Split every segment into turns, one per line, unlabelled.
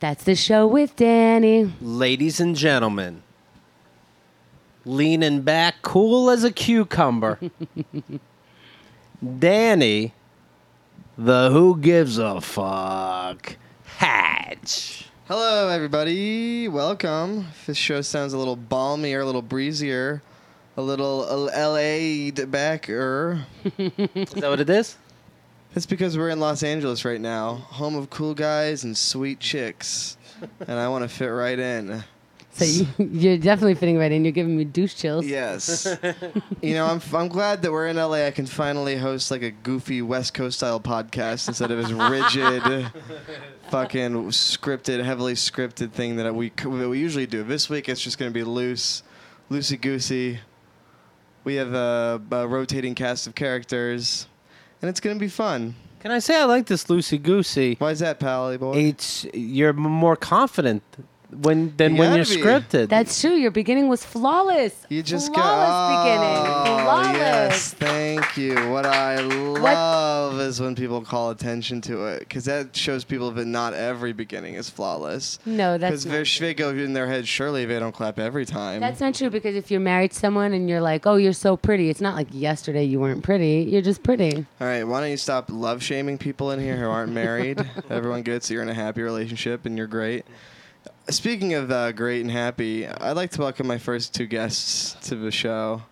That's the show with Danny.
Ladies and gentlemen, leaning back, cool as a cucumber, Danny, the who gives a fuck, Hatch.
Hello, everybody. Welcome. If This show sounds a little balmier, a little breezier, a little LA'd backer.
Is that what it is?
That's because we're in Los Angeles right now, home of cool guys and sweet chicks. and I want to fit right in.
So you, you're definitely fitting right in. You're giving me douche chills.
Yes. you know, I'm, I'm glad that we're in LA. I can finally host like a goofy West Coast style podcast instead of this rigid, fucking scripted, heavily scripted thing that we, c- that we usually do. This week it's just going to be loose, loosey goosey. We have a, a rotating cast of characters, and it's going to be fun.
Can I say I like this loosey goosey?
Why is that, Pally boy?
It's you're m- more confident when than
You
when
gotta
you're
be.
scripted.
That's true. Your beginning was flawless.
You just
flawless
got
beginning. Flawless.
Yes, thank you. What I love is when people call attention to it because that shows people that not every beginning is flawless.
No, that's
Because
not.
if they go in their head, surely they don't clap every time.
That's not true because if you're married to someone and you're like, oh, you're so pretty, it's not like yesterday you weren't pretty. You're just pretty.
All right, why don't you stop love shaming people in here who aren't married? Everyone gets that you're in a happy relationship and you're great. Speaking of uh, great and happy, I'd like to welcome my first two guests to the show.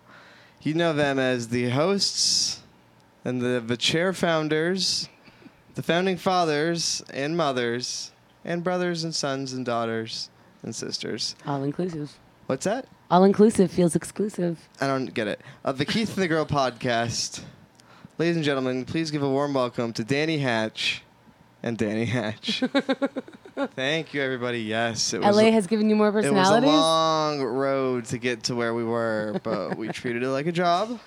You know them as the hosts and the, the chair founders, the founding fathers and mothers, and brothers and sons and daughters and sisters.
All inclusive.
What's that?
All inclusive feels exclusive.
I don't get it. Of the Keith and the Girl podcast. Ladies and gentlemen, please give a warm welcome to Danny Hatch and Danny Hatch. Thank you, everybody. Yes, it was,
LA has given you more
it was a
personalities.
long road to get to where we were, but we treated it like a job.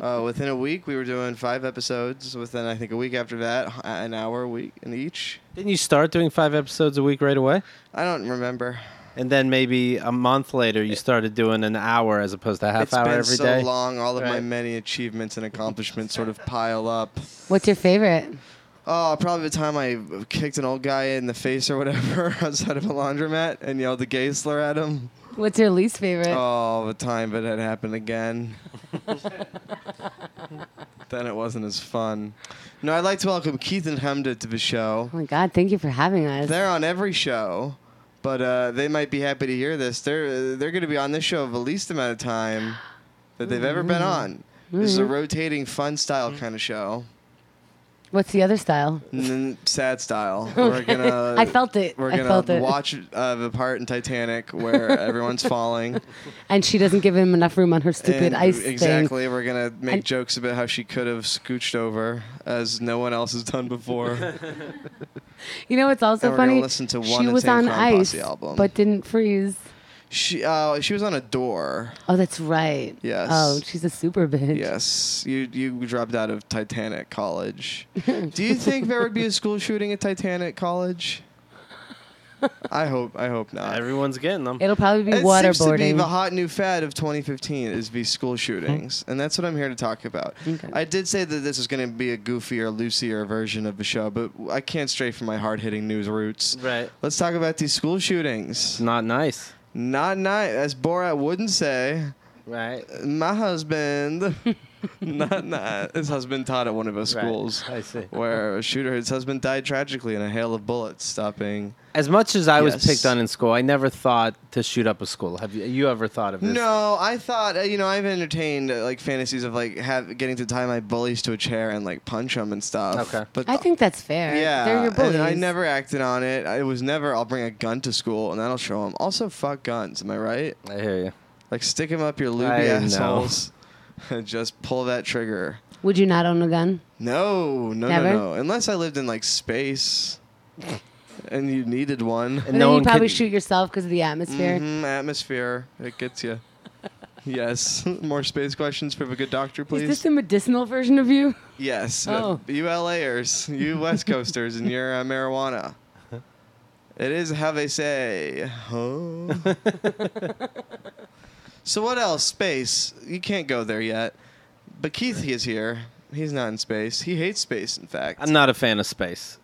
Uh, within a week, we were doing five episodes. Within, I think, a week after that, h- an hour a week in each.
Didn't you start doing five episodes a week right away?
I don't remember.
And then maybe a month later, you started doing an hour as opposed to a half
It's
hour
been
every
so
day.
long. All of my
Right.
many achievements and accomplishments sort of pile up.
What's your favorite?
Oh, probably the time I kicked an old guy in the face or whatever outside of a laundromat and yelled the gay slur at him.
What's your least favorite?
Oh, the time that had happened again. then it wasn't as fun. No, I'd like to welcome Keith and Hamda to the show.
Oh my God, thank you for having us.
They're on every show, but uh, they might be happy to hear this. They're they're going to be on this show the least amount of time that they've ever been on. This is a rotating, fun style kind of show,
What's the other style?
and then sad style. We're gonna.
I felt it.
Uh, We're
I felt
gonna
it.
watch uh, the part in Titanic where everyone's falling.
And she doesn't give him enough room on her stupid
and
ice thing.
exactly, we're gonna make
And-
jokes about how she could have scooched over, as no one else has done before.
You know what's also
And we're gonna
funny?
listen to one
she
and
was
same
on
Clown
ice,
Posse album.
but didn't freeze.
she, uh, she was on a door.
Oh, that's right.
Yes.
Oh, she's a super bitch.
Yes, you you dropped out of Titanic College. Do you think there would be a school shooting at Titanic College? I hope I hope not.
Everyone's getting them.
It'll probably be
It seems to be
waterboarding.
the hot new fad of 2015 is the school shootings, and that's what I'm here to talk about. I did say that this is going to be a goofier, loosier version of the show, but I can't stray from my hard-hitting news roots.
Right.
Let's talk about these school shootings.
Not nice.
Not nice, as Borat wouldn't say.
Right.
My husband, not not his husband taught at one of those
Right.
schools.
I see.
Where a shooter, his husband died tragically in a hail of bullets, stopping
As much as I was
Yes.
picked on in school, I never thought to shoot up a school. Have you, you ever thought of this?
No, I thought uh, you know I've entertained uh, like fantasies of like have getting to tie my bullies to a chair and like punch them and stuff.
Okay.
but
I think that's fair.
yeah,
They're your bullies.
and I never acted on it. I- It was never I'll bring a gun to school and that'll show them. Also, fuck guns. Am I right?
I hear you.
Like stick them up your
I
looby
know.
assholes and just pull that trigger.
Would you not own a gun?
No, no,
Never?
no, no. Unless I lived in like space and you needed one.
But
no
then
one
you probably
could-
shoot yourself because of the atmosphere.
Mhm, atmosphere, it gets you. Yes. More space questions for a good doctor, please.
Is this the medicinal version of you?
Yes.
Oh.
uh, You LAers, you West Coasters, and your uh, marijuana. It is how they say. Huh? so what else? Space. You can't go there yet. But Keith he is here. He's not in space. He hates space, in fact.
I'm not a fan of space.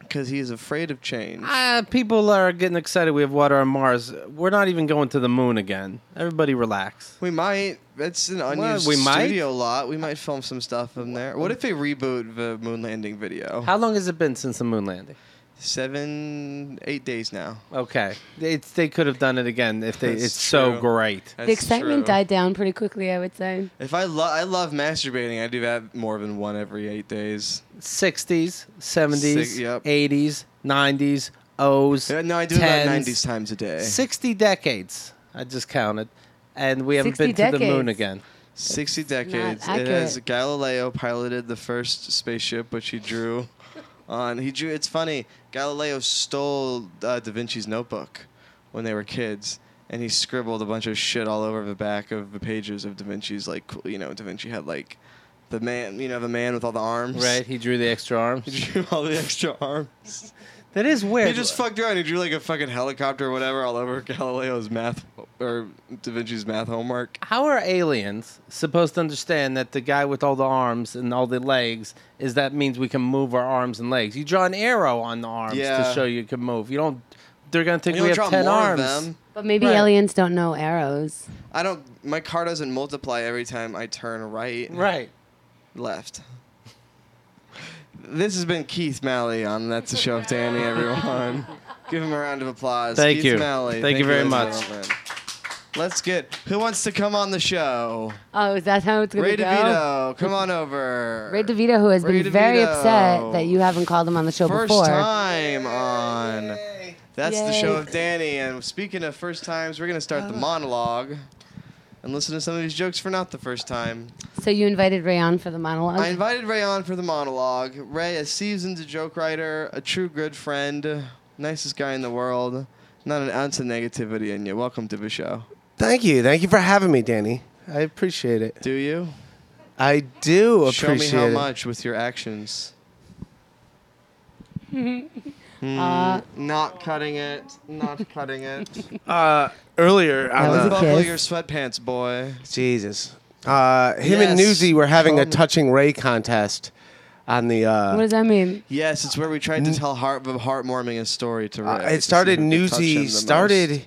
because he's afraid of change.
Ah, people are getting excited. We have water on Mars. We're not even going to the moon again. Everybody relax.
we might. It's an unused
we might.
studio lot. We might film some stuff from there. What if they reboot the moon landing video?
How long has it been since the moon landing?
Seven, eight days now.
Okay, it's, they could have done it again if they.
That's
it's so
true.
great.
The
That's
excitement
true.
died down pretty quickly, I would say.
If I love, I love masturbating. I do that more than one every eight days.
Sixties, seventies,
Six- yep.
eighties, nineties, O's.
Yeah, no, I do
tens,
about ninety times a day.
Sixty decades. I just counted, and we haven't
60
been to the moon
decades.
again.
Sixty decades. It
accurate.
has Galileo piloted the first spaceship, which he drew. On he drew. It's funny. Galileo stole uh, Da Vinci's notebook when they were kids, and he scribbled a bunch of shit all over the back of the pages of Da Vinci's. Like cool- you know, Da Vinci had like the man. You know, the man with all the arms.
Right? He drew the extra
He
arms.
drew all the extra arms.
That is weird.
He just fucked around. He drew like a fucking helicopter or whatever all over Galileo's math or Da Vinci's math homework.
How are aliens supposed to understand that the guy with all the arms and all the legs is that means we can move our arms and legs? You draw an arrow on the arms to
Yeah.
show you can move. You don't. They're gonna think
You
we
don't
have
draw
ten
more
arms.
of them.
But maybe
Right.
aliens don't know arrows.
I don't. My car doesn't multiply every time I turn right,
Right.
left. This has been Keith Malley on That's a Show of Danny. Everyone, give him a round of applause.
Thank
Keith
you.
Malley.
Thank you very
ladies and
much.
gentlemen. Let's get who wants to come on the show.
Oh, is that how it's gonna
Ray
go?
DeVito, come on over.
Ray DeVito, who has
Ray
been very
DeVito.
upset that you haven't called him on the show
First
before.
time on. That's the
Yay. Oh.
show of Danny. And speaking of first times, we're going to start the monologue and listen to some of these jokes for not the first time.
So you invited Ray on for the monologue.
I invited Ray on for the monologue. Ray, a seasoned joke writer, a true good friend, nicest guy in the world. Not an ounce of negativity in you. Welcome to the show.
Thank you. Thank you for having me, Danny. I appreciate it.
Do you?
I do appreciate
Show me how
it.
much with your actions. Hmm,
uh,
Not cutting it. Not cutting it.
Uh, earlier,
That
on
was a kiss.
the,
Buckle your sweatpants, boy.
Jesus. Uh, him
Yes.
and Newsy were having a
Come.
touching Ray contest on the. Uh,
what does that mean?
Yes, it's where we tried to tell heart the heartwarming a story to Ray.
uh,
to see
it started.
who could touch him the
Newsy
most.
started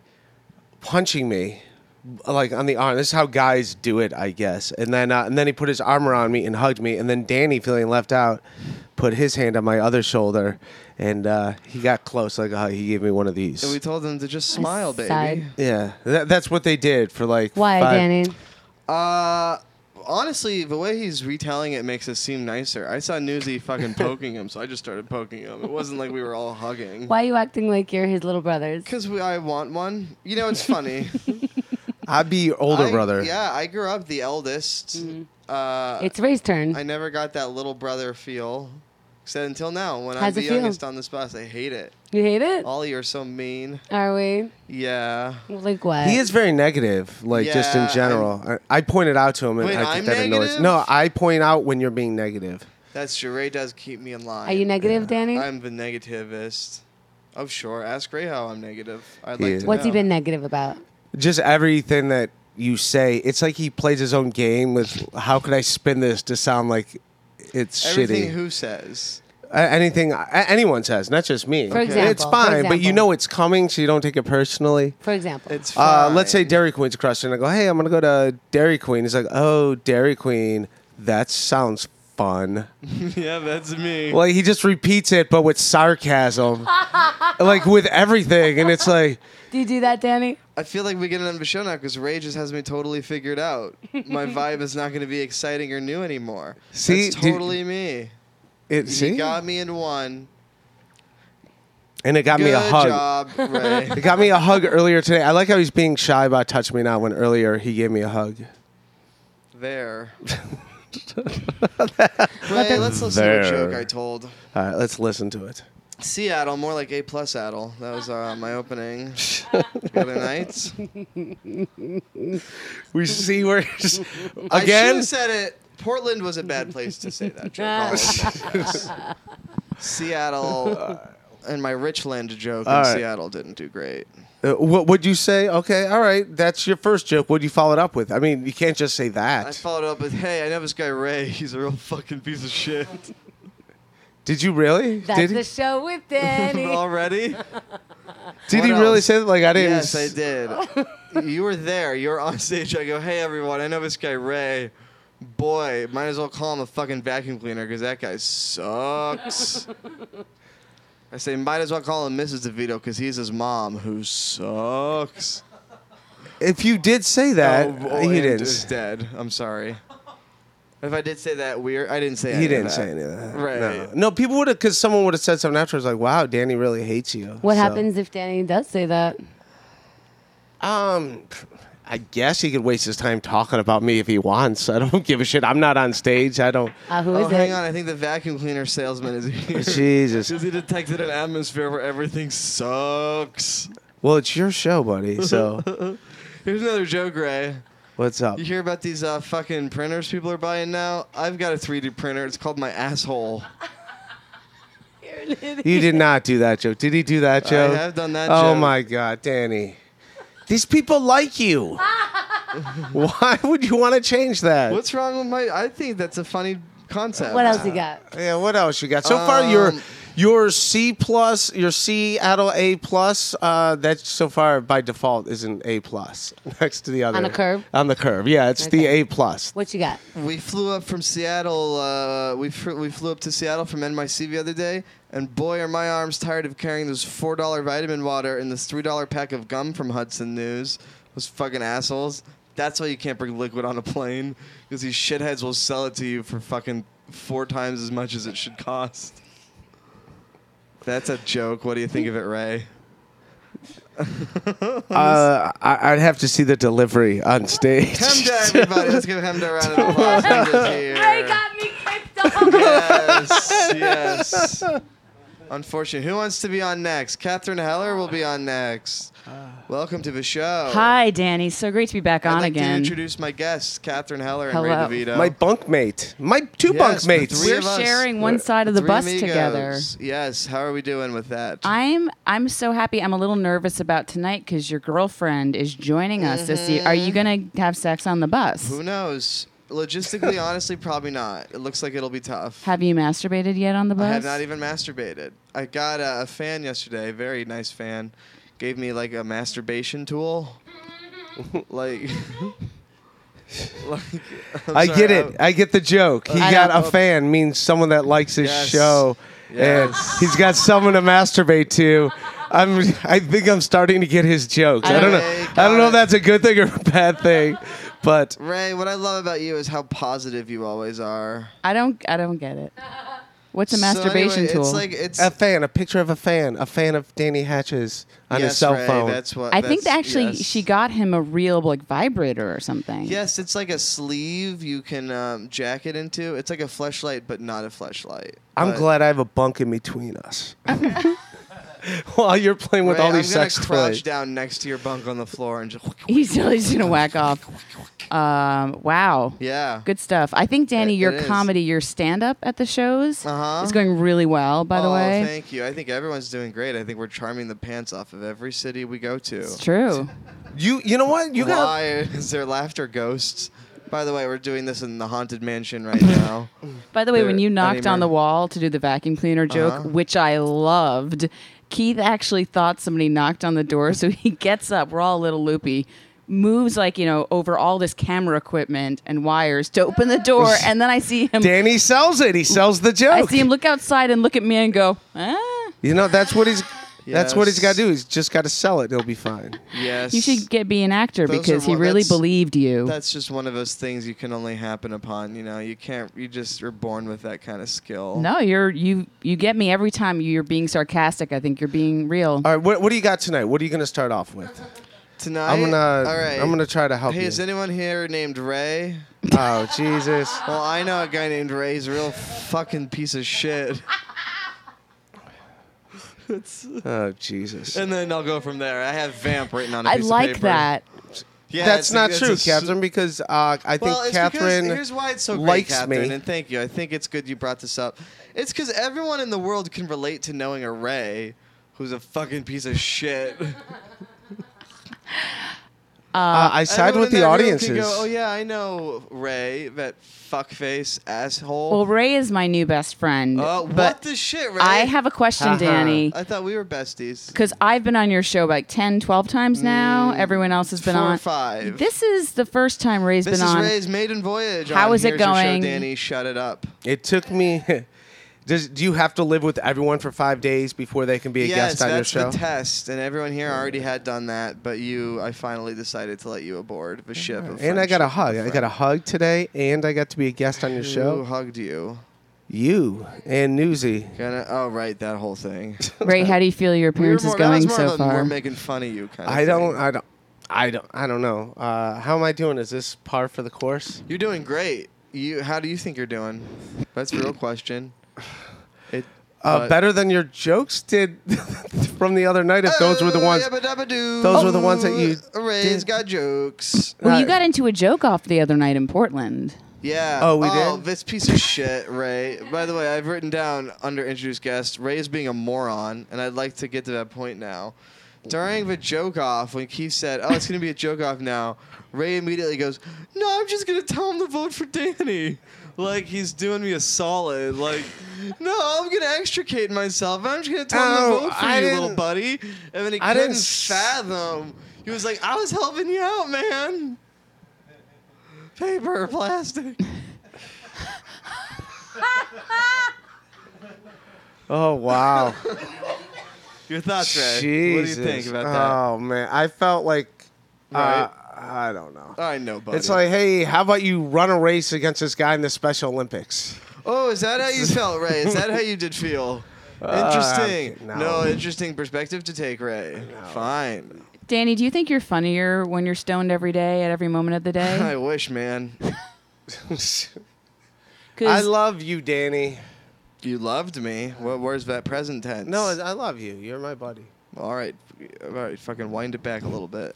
punching me, like on the arm. This is how guys do it, I guess. And then, uh, and then he put his arm around me and hugged me. And then Danny, feeling left out, put his hand on my other shoulder, and uh, he got close. Like uh, he gave me one of these.
And we told them to just smile, baby.
sighed.
Yeah, that, that's what they did for like.
Why,
five-
Danny?
Uh, honestly, the way he's retelling it makes it seem nicer. I saw Newsy fucking poking him, so I just started poking him. It wasn't like we were all hugging.
Why are you acting like you're his little brothers?
Because I want one. You know, it's funny.
I'd be your older
I-
brother.
Yeah, I grew up the eldest. Uh,
Mm-hmm. It's Ray's turn.
I never got that little brother feel. Except until now, when
How's
I'm
it
the
feel?
youngest on this bus, I hate it.
you hate it?
Ollie, you're so mean.
Are we?
Yeah.
Like what?
He is very negative, like just
Yeah,
in
I'm-
general. I, I pointed out to him, and
Wait,
I
I'm
think that annoys.
negative?
No, I point out when you're being negative.
That's true. Ray does keep me in line.
Are you negative, Danny?
I'm the negativist. Oh, sure. Ask Ray how I'm negative. I'd
He
like
is.
to
What's he
know.
been negative about?
Just everything that you say, it's like he plays his own game with how could I spin this to sound like it's
Everything
shitty.
who says.
A- anything a- anyone says, not just me.
For example,
it's
for
fine, but you
example.
know it's coming, so you don't take it personally.
For example,
It's
Uh,
fine.
let's say Dairy Queen's crushed, and I go, "Hey, I'm gonna go to Dairy Queen." He's like, "Oh, Dairy Queen, that sounds fun."
yeah, that's me.
Like he just repeats it, but with sarcasm, like with everything, and it's like,
do you do that, Danny?
I feel like we get it on the show now because Ray just has me totally figured out. My vibe is not going to be exciting or new anymore.
See,
that's
do-
totally me.
it
He
see,
got me in one.
and it got
Good
me a hug.
job, Ray.
It got me a hug earlier today. I like how he's being shy about touch me now when earlier he gave me a hug.
there. Ray, let's listen to a
There.
joke I told.
All right, let's listen to it.
Seattle, more like A plus Seattle. That was uh, my opening the other night.
We see where just-
I should
again.
have said it. Portland was a bad place to say that joke. All of them. Seattle uh, and my Richland joke in
All right.
Seattle didn't do great.
Uh, what would you say? Okay, all right, that's your first joke. What would you follow it up with? I mean, you can't just say that.
I followed up with, "Hey, I know this guy Ray. He's a real fucking piece of shit."
Did you really?
That's
did he,
the show with Danny.
Already?
did he
What
really
else?
say that? Like I didn't.
yes, I
s-
did. you were there. You were on stage. I go, hey, everyone, I know this guy, Ray. Boy, might as well call him a fucking vacuum cleaner because that guy sucks. I say, might as well call him Mrs. DeVito because he's his mom who sucks.
If you did say that,
oh,
he
and
didn't.
Is dead. I'm sorry. If I did say that weird, I didn't say.
He
any of
didn't
that.
say any of that.
Right.
No, no people would have, because someone would have said something afterwards, like, wow, Danny really hates you.
What
So,
happens if Danny does say that?
Um, I guess he could waste his time talking about me if he wants. I don't give a shit. I'm not on stage. I don't.
Uh, who
Oh,
is it?
hang on. I think the vacuum cleaner salesman is here.
Jesus.
Because he detected an atmosphere where everything sucks.
Well, it's your show, buddy. So
Here's another joke, Ray.
what's up?
You hear about these uh, fucking printers people are buying now? I've got a 3D printer. It's called my asshole.
You did not do that joke. Did he do that joke?
have done that
Oh
joke.
my God, Danny. These people like you. Why would you want to change that?
What's wrong with my? I think that's a funny concept.
What else you got?
Yeah, what else you got? So far, your
Um,
your C plus, your C out of A plus. Uh, that so far by default is an A plus next to the other
On a curve?
On the curve, yeah, it's the
Okay.
A plus.
What you got?
We flew up from Seattle. Uh, we fr- we flew up to Seattle from NYC the other day, and boy, are my arms tired of carrying this four dollar vitamin water and this three dollar pack of gum from Hudson News. Those fucking assholes. That's why you can't bring liquid on a plane, because these shitheads will sell it to you for fucking four times as much as it should cost. That's a joke. What do you think of it, Ray?
Uh, I, I'd have to see the delivery on stage.
Hemda, everybody. Let's give Hemda a round of applause. Hemda's here.
me kicked off.
yes, yes. Unfortunate. Who wants to be on next? Catherine Heller will be on next. Welcome to the show.
Hi, Danny. So great to be back
I'd
on
like to
again.
introduce my guests, Catherine Heller and
Hello.
Ray DeVito.
my bunk mate, my two
Yes,
bunk
the
mates.
three
We're
of us.
sharing one side of the
Three
bus
amigos.
together.
Yes. How are we doing with that?
I'm I'm so happy. I'm a little nervous about tonight because your girlfriend is joining us this year. Are you gonna have sex on the bus?
Mm-hmm. Who knows? Logistically, honestly, probably not. It looks like it'll be tough.
Have you masturbated yet on the bus?
I have not e-, even masturbated. I got a, a fan yesterday, a very nice fan, gave me like a masturbation tool. like, like I'm
I
sorry,
get
I'm-
it. I get the joke. He
I
got
don't-
a fan means someone that likes his
Yes.
show,
Yes.
and he's got someone to masturbate to. I'm. I think I'm starting to get his jokes. I, don't know.
Okay,
I don't
got
know
it.
if that's a good thing or a bad thing, but
Ray, what I love about you is how positive you always are.
I don't. I don't get it. What's a
So
masturbation
anyway,
tool?
It's like it's
a fan, a picture of a fan, a fan of Danny Hatches on
yes,
his cell
Ray,
phone.
That's what
I
that's-
think that
yes.
actually she got him a real like vibrator or something.
Yes, it's like a sleeve you can um, jack it into. It's like a fleshlight, but not a fleshlight.
I'm
But-
glad I have a bunk in between us. While you're playing with
Ray,
all these
I'm gonna
sex
crouch
toys.
down next to your bunk on the floor and just.
He's he's gonna whack off. Um, wow.
Yeah.
Good stuff. I think Danny,
It-
your
it is.
comedy, your stand-up at the shows
Uh-huh.
is going really well. By the
oh,
way,
thank you. I think everyone's doing great. I think we're charming the pants off of every city we go to.
it's true.
You you know what? You got
Why is there laughter ghosts? By the way, we're doing this in the haunted mansion right now.
By the way, when
There-
you knocked
anymore.
on the wall to do the vacuum cleaner joke,
Uh-huh.
which I loved, Keith actually thought somebody knocked on the door, so he gets up. We're all a little loopy. Moves like you know over all this camera equipment and wires to open the door, and then I see him.
Danny sells it. He sells the joke.
I see him look outside and look at me and go, ah.
You know, that's what he's. That's what he's
Yes.
got to do. He's just got to sell it. It'll be fine.
yes.
You should get be an actor
Those are
because he
what-
really
that's-
believed you.
That's just one of those things you can only happen upon. You know, you can't. You just are born with that kind of skill.
No, you're you you get me every time you're being sarcastic. I think you're being real.
All right, what, what do you got tonight? What are you going to start off with?
Tonight.
I'm gonna.
All right.
I'm gonna try to help
Hey,
you.
is anyone here named Ray?
oh Jesus!
Well, I know a guy named Ray. He's a real fucking piece of shit.
Oh Jesus!
And then I'll go from there. I have vamp written on a
I
piece of
like
paper.
that.
Yeah,
that's
it's-
not
it's
true,
a su-
Catherine, because uh, I think
Well, it's
Catherine.
because here's why it's so great,
likes
Catherine,
me.
and thank you. I think it's good you brought this up. It's because everyone in the world can relate to knowing a Ray, who's a fucking piece of shit.
Uh, I side
Everyone
with the
in that room could
audiences.
Go, oh yeah, I know Ray, that fuckface asshole.
Well, Ray is my new best friend.
uh,
but
what the shit, Ray? Uh-huh.
I have a question, Danny.
I thought we were besties.
Because I've been on your show like 10, 12 times now. Everyone else has been
Mm, Four or
on.
five.
This is the first time Ray's
this
been
is
on.
Ray's maiden voyage.
How
on
is it
Here's Your Show,
going?
Danny? Shut it up.
It took me. Does do you have to live with everyone for five days before they can be a
yes,
guest on your
that's
show?
the test, and everyone here already had done that, but you, I finally decided to let you aboard the ship. Of
and I got a
friendship.
hug. I got a hug today, and I got to be a guest on your
Who
show.
hugged you?
You and Newsy.
Gonna, oh right, that whole thing.
Ray, how do you feel your
We were
appearance
more,
is
that was
going
more
so
of a, We're
far?
making fun of you, kind of.
I don't.
thing.
I don't. I don't. I don't know. Uh, how am I doing? Is this par for the course?
You're doing great. You, how do you think you're doing? That's the real question. It,
Uh, better than your jokes did from the other night. If those were the ones.
Those
those were the ones that you
Ray's
did.
got jokes.
Well, you
Uh,
got into a joke off the other night in Portland.
Yeah.
Oh, we
oh,
did?
This piece of shit, Ray. By the way, I've written down under introduced guest Ray is being a moron, and I'd like to get to that point now. During the joke off, when Keith said, "Oh, it's gonna be a joke off now," Ray immediately goes, "No, I'm just gonna tell him to vote for Danny." Like he's doing me a solid. Like, no, I'm gonna extricate myself. I'm just gonna tell him
Oh,
to vote for
I
you, little
didn't-
buddy. And then he
I
couldn't
didn't s-
fathom. He was like, "I was helping you out, man." Paper, plastic.
Oh wow.
Your thoughts, Ray.
Jesus.
What do you think about
Oh man, I felt like.
Right.
Uh, I don't know.
that? I know, buddy.
Oh. It's like, hey, how about you run a race against this guy in the Special Olympics?
oh, is that how you felt, Ray? Is that how you did feel? Interesting.
Uh,
no.
no.
interesting perspective to take, Ray. Fine.
Danny, do you think you're funnier when you're stoned every day at every moment of the
I
day?
wish, man.
I
'Cause
love you, Danny.
You loved me. Wh- Where's that present tense?
No, I love you. You're my buddy.
all right, all right. Fucking wind it back a little bit.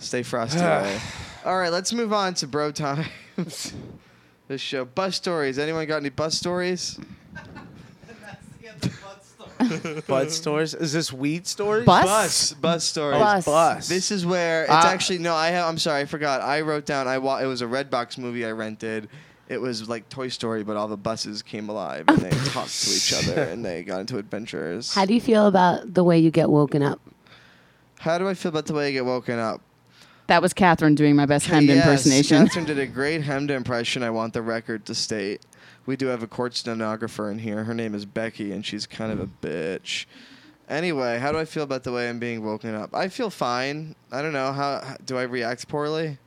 Stay frosty, Ray. All right, let's move on to bro times. this show, bus stories. Anyone got any bus stories?
Bud stores? Is this weed stores?
Bus?
Bus, bus stories.
Bus.
Bus.
This is where it's
Uh,
actually no. I have, I'm sorry, I forgot. I wrote down. I wa- it was a Redbox movie I rented. It was like Toy Story, but all the buses came alive and they talked to each other and they got into adventures.
How do you feel about the way you get woken up?
How do I feel about the way I get woken up?
that was Catherine doing my best Hemd
Yes,
impersonation.
Catherine did a great Hemda impression. I want the record to state. We do have a court stenographer in here. Her name is Becky, and she's kind of a bitch. Anyway, how do I feel about the way I'm being woken up? I feel fine. I don't know how how- do I react poorly.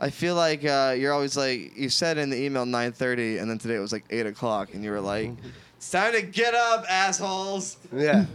I feel like uh, you're always like you said in the email 9:30, and then today it was like eight o'clock, and you were like, "It's time to get up, assholes."
Yeah.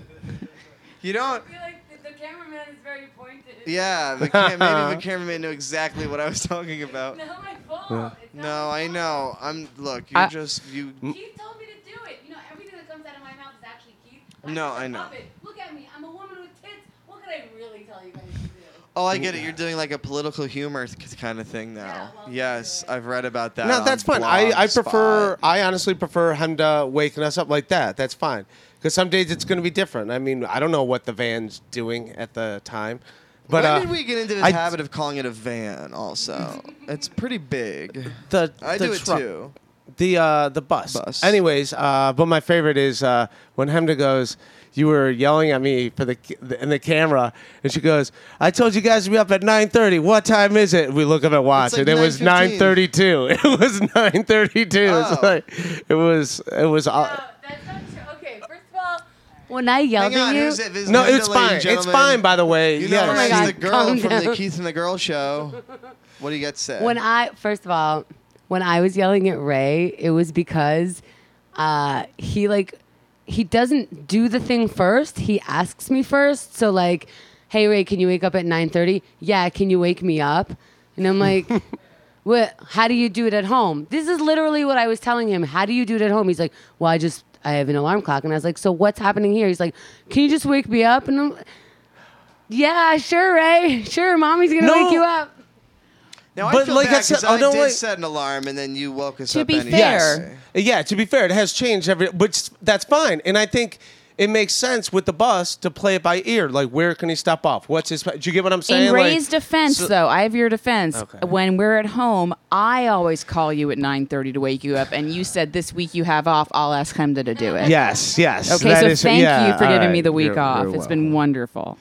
You don't.
feel like the, the cameraman is very pointed.
Yeah, the cam- maybe the cameraman knew exactly what I was talking about.
Not my fault. It's
No,
not my
I
fault.
know. I'm look. You're
I-
just you.
Keith told me to do it. You know, everything that comes out of my mouth is actually Keith. I'm
No,
just a
I know.
puppet. Look at me. I'm a woman with kids. What could I really tell you guys to do?
Oh, I get it. You're doing like a political humor th- kind of thing now.
Yeah, well,
yes, I've read about that.
No,
on
that's fine. I, I prefer.
Blogspot.
I honestly prefer Hemda waking us up like that. That's fine. Because some days it's going to be different. I mean, I don't know what the van's doing at the time, but
when
uh,
did we get into this
I-
habit of calling it a van? Also, it's pretty big.
the
I
the
do it
truck-
too.
The uh, the bus.
Bus.
Anyways, uh, but my favorite is uh, when Hemda goes. You were yelling at me for the ca- in the camera, and she goes, "I told you guys to be up at 9:30. What time is it?" We look up at watch,
like
and it was
9:15.
9:32. It was 9:32. It was
Oh.
like, it was it was. Uh,
No, that's not true. Okay, first of all,
When I yelled
Hang on,
at you,
who's it? This is
No,
Linda,
it's
ladies and
fine. It's
gentlemen.
fine, by the way.
You know,
yes.
Oh my
she's
God,
the girl
calm
from the
down.
Keith and the Girl show. What do you got to say?
when I first of all, when I was yelling at Ray, it was because uh, he like he doesn't do the thing first. He asks me first. So like, hey Ray, can you wake up at nine thirty? Yeah, can you wake me up? And I'm like. What? How do you do it at home? This is literally what I was telling him. How do you do it at home? He's like, well, I just I have an alarm clock, and I was like, so what's happening here? He's like, can you just wake me up? And I'm, yeah, sure, Ray, sure, mommy's gonna
No.
wake you up.
now, I
but
feel
like I
bad
said-
'cause
I
I
don't
did
like-
set an alarm and then you woke us
To
up.
be
anyway.
fair-
Yeah, to be fair, it has changed every, which that's fine. And I think it makes sense with the bus to play it by ear. Like, where can he step off? What's his? Do you get what I'm saying?
In
Like,
Ray's defense,
so-
though, I have your defense.
Okay.
When we're at home, I always call you at 9.30 to wake you up, and you said this week you have off. I'll ask him to do it.
Yes, yes.
Okay,
that
so
is-
thank
yeah,
you for
all
giving me
right.
the week
You're-
off.
you're
It's been
welcome.
wonderful.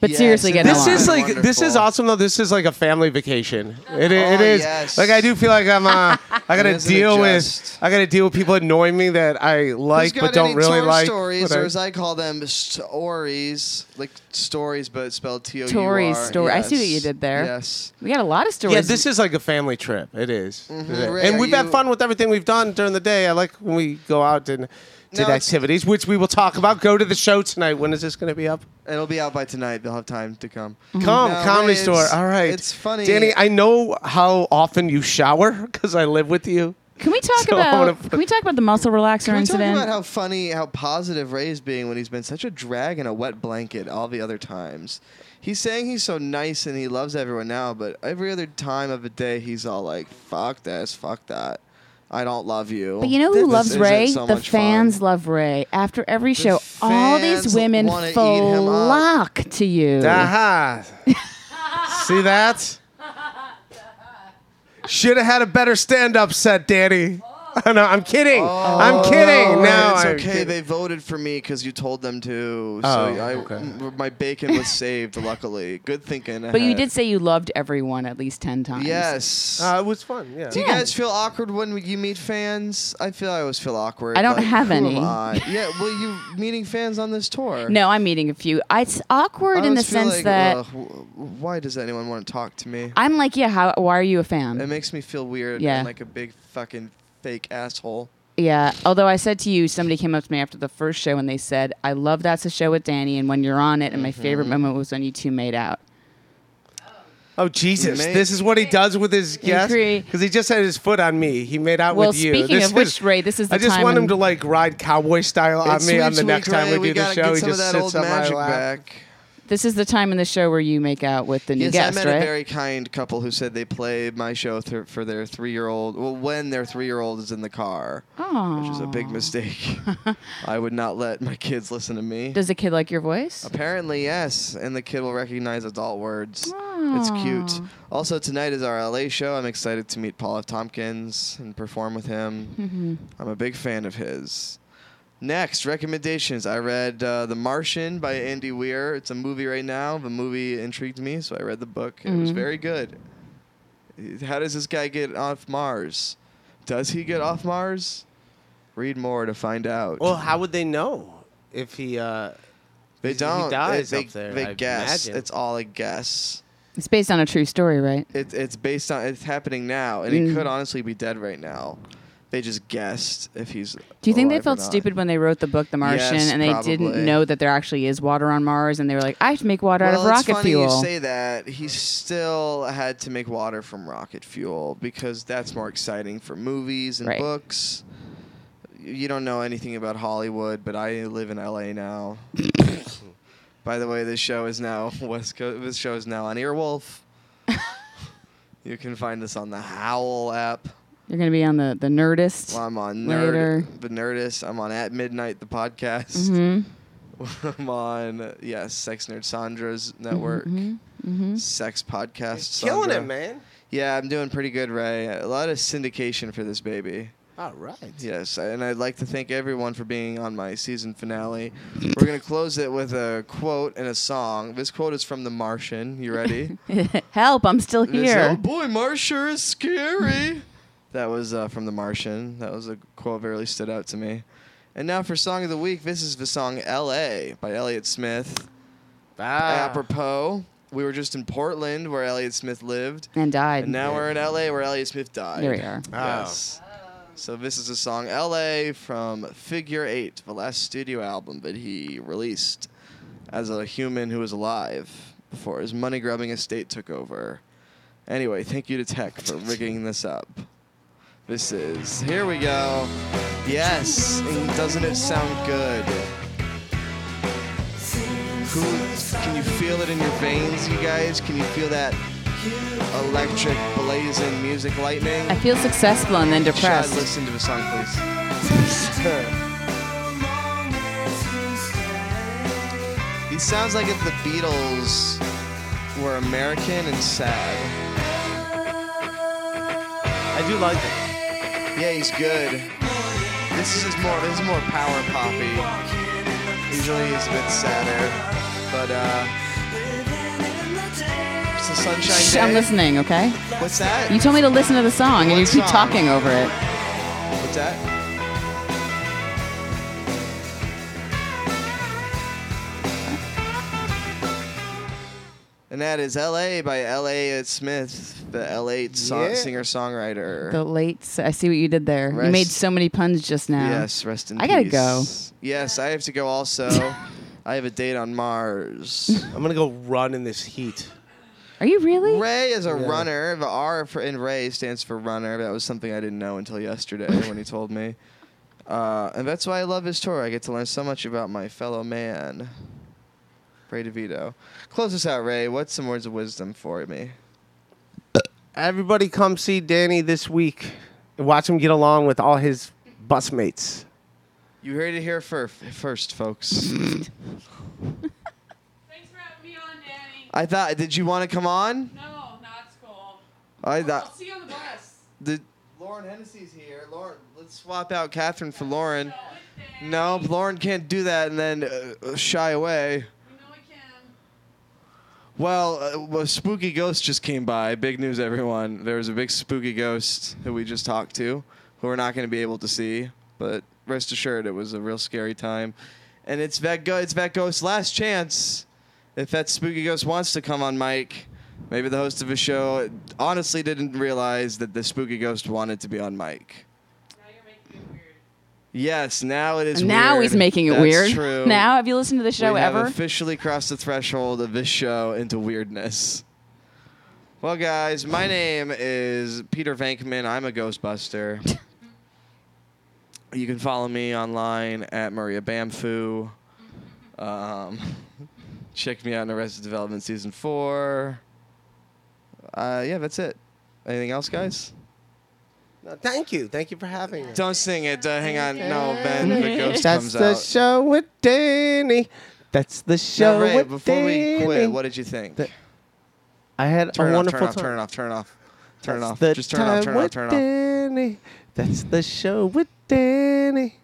But
Yes,
seriously,
it
get
is.
This
on.
is like this is
Wonderful.
awesome though. This is like a family vacation. It, i- it
Oh,
is
yes.
like I do feel like I'm. Uh, I gotta
Isn't it
deal
just-
with. I gotta deal with people annoying me that I
Who's
like
got
but don't
any
really
tour
like.
stories,
but I-
or as I call them, stories, like stories, but spelled T O U R.
Tories, story. I see what you
Yes.
did there.
Yes.
we got a lot of stories.
yeah, this is like a family trip. It is. It is.
Ray,
and
Mm-hmm. are
we've had
you-
fun with everything we've done during the day. I like when we go out and
No,
did
it's-
activities, which we will talk about. Go to the show tonight. When is this going to be up?
It'll be out by tonight. They'll have time to come.
Come,
Mhm.
No,
comedy
it's-
store. All right,
It's funny.
Danny. I know how often you shower because I live with you.
Can we talk
So I wanna
about?
put-
Can we talk about the muscle relaxer
Can we talk
incident?
about how funny, how positive Ray's being when he's been such a drag and a wet blanket all the other times? He's saying he's so nice and he loves everyone now, but every other time of the day, he's all like, "Fuck this, fuck that, I don't love you."
but you know who
This
loves
isn't
Ray?
so
the
much
fans
fun.
love Ray. After every show, all these
fans
women
wanna eat him up.
flock to you.
Aha. See that? Should have had a better stand up set, Danny. no, I'm kidding. I'm kidding.
Oh,
No,
it's
I'm
okay.
kidding.
They voted for me because you told them to. So
Oh,
I,
okay.
m- my bacon was saved. Luckily, good thinking.
But you
ahead.
did say you loved everyone at least ten times.
Uh, Yes.
Uh, it was fun. Yeah.
Do you
Yeah.
guys feel awkward when you meet fans? I feel I always feel awkward.
I don't
like,
have
who am
any.
I? Yeah, well, you meeting fans on this tour.
No, I'm meeting a few. I- It's
I
awkward in the
always feel
sense
like,
that
ugh, wh- why does anyone want to talk to me?
I'm like, yeah. How? Why are you a fan?
It makes me feel weird.
Yeah.
and like a big fucking fake asshole.
Yeah. Although I said to you, somebody came up to me after the first show and they said, I love that's a show with Danny. And when you're on it, and my favorite
Mm-hmm.
moment was when you two made out.
Oh Jesus!
Mate.
This is what he does with his guests
agree.
because he just had his foot on me. He made out
Well,
with you.
speaking
This
of which,
is-
Ray, this is the
I just
time
want him
when-
to like ride cowboy style on
It's
me on
Switch
the next
Week,
time
Ray.
we do the
gotta
show.
Get
He
some
just
of that old
sits on my
magic
lap.
back.
This is the time in the show where you make out with the new
Yes,
guest,
I met
right?
a very kind couple who said they play my show th- for their three-year-old. Well, when their three-year-old is in the car,
Aw.
which is a big mistake. I would not let my kids listen to me.
Does the kid like your voice?
Apparently, yes. And the kid will recognize adult words. It's cute.
Aw.
Also, tonight is our LA show. I'm excited to meet Paula Tompkins and perform with him. I'm a big fan of his. Next, recommendations. I read uh, The Martian by Andy Weir. It's a movie right now. The movie intrigued me, so I read the book. It was very good. How does this guy get off Mars? Does he get off Mars? Read more to find out.
Well, how would they know if he? Uh,
They
He
don't. They-
dies
they,
up there,
They
I
guess.
imagine.
It's all a guess.
It's based on a true story, right?
It, it's based on. It's happening now, and
Mm.
he could honestly be dead right now. They just guessed if he's.
Do you think they
alive or
felt
not.
stupid when they wrote the book The Martian
Yes,
and they
probably.
didn't know that there actually is water on Mars and they were like, I have to make water
Well,
out of rocket
it's funny
fuel.
you say that. He still had to make water from rocket fuel because that's more exciting for movies and
Right.
books. You don't know anything about Hollywood, but I live in LA now. By the way, this show is now West Coast. This show is now on Earwolf. you can find us on the Howl app.
You're going to be on the, the Nerdist.
Well, I'm on Nerd,
Later.
the Nerdist. I'm on at midnight the podcast.
Mhm.
I'm on uh, yeah, Sex Nerd Sandra's network, Sex Podcast.
killing
Sandra.
it, man.
Yeah, I'm doing pretty good, Ray. A lot of syndication for this baby.
All right.
Yes, and I'd like to thank everyone for being on my season finale. We're gonna close it with a quote and a song. This quote is from The Martian. You ready?
Mm-hmm. Help, I'm still
It is,
here.
oh boy, Mars sure is scary. that was uh, from The Martian. That was a quote that really stood out to me. And now for song of the week. This is the song "L.A." by Elliott Smith.
Ah.
Apropos, we were just in Portland where Elliott Smith lived,
And died.
and now we're in L.A. where Elliott Smith died.
There we are.
Yes. So this is a song "L.A." from Figure Eight, the last studio album that he released as a human who was alive before his money-grubbing estate took over. Anyway, thank you to Tech for rigging this up. This is here we go. Yes, and doesn't it sound good? Who can you feel it in your veins, you guys? Can you feel that electric, blazing music lightning?
I feel successful and then
Chad,
depressed.
listen to the song, please. It sounds like if the Beatles were American and sad.
I do like it.
Yeah, he's good. This is more. This is more power poppy. Usually he's a bit sadder, but uh, it's the
Shh,
sunshine day.
I'm listening, okay?
What's that?
You told me to listen to the song, and
What
you keep
song?
talking over it.
What's that? And that is L.A. by L.A. Smith, the L.A. Song,
Yeah.
singer-songwriter.
The late. I see what you did there. You
Rest-
made so many puns just now.
Yes, rest in peace.
I gotta go.
Yes, I have to go also. I have a date on Mars.
I'm gonna go run in this heat.
Are you really?
Ray is a runner. The R for, in Ray stands for runner. That was something I didn't know until yesterday when he told me. Uh, and that's why I love his tour. I get to learn so much about my fellow man, Ray DeVito. Close us out, Ray. What's some words of wisdom for me?
Everybody, come see Danny this week. and Watch him get along with all his busmates.
You heard it here fir- first, folks.
Thanks for having me on, Danny.
I thought, did you want to come on?
No, not school.
I
I'll
thought.
see you on the bus.
Did, Lauren Hennessy's here. Lauren, let's swap out Catherine for Lauren.
With Dan.
No, Lauren can't do that and then uh, shy away.
We know I can.
Well, uh, well, spooky ghost just came by. Big news, everyone. There was a big spooky ghost who we just talked to, who we're not going to be able to see. But rest assured, it was a real scary time. And it's that, go- it's that ghost's last chance. If that spooky ghost wants to come on mic, maybe the host of a show honestly didn't realize that the spooky ghost wanted to be on mic.
Now you're making it weird.
Yes, now it is.
now
weird.
he's making it
That's
weird.
True.
Now, have you listened to the show
we
ever?
have officially crossed the threshold of this show into weirdness. Well, guys, my name is Peter Vankman. I'm a Ghostbuster. you can follow me online at Maria Bamfu. Um, check me out in Arrested Development season four. Uh, yeah, that's it. Anything else, guys?
No, thank you, thank you for having us.
Don't sing it. Uh, hang on. No, Ben, the ghost
That's
comes
the
out.
show with Danny. That's the show
No, Ray,
with
before
Danny.
we quit, what did you think?
The- I had
Turn
a
it off,
wonderful
turn it off, turn it off, turn it off, turn it
That's
off.
the
Just turn it
time
off, turn it off,
with
turn it
Danny. That's the show with Danny.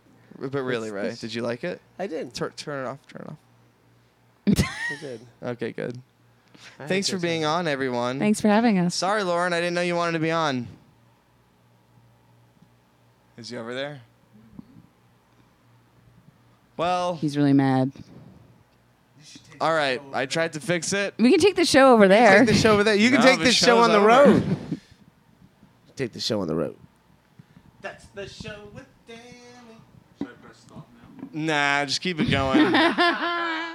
off. But really,
That's-
Ray, did you like it?
I did.
Tur- turn it off, turn it off.
I did.
Okay, good. Thanks for being on, everyone.
Thanks for having us.
Sorry, Lauren, I didn't know you wanted to be on. Is he over there? Well,
He's really mad.
all right. I tried to fix it.
We can take the show over there.
Take the show over there. You can
No,
take
the
this show
show's
on the
over.
road. take the show on the road.
That's the show with Danny.
Nah, just keep it going.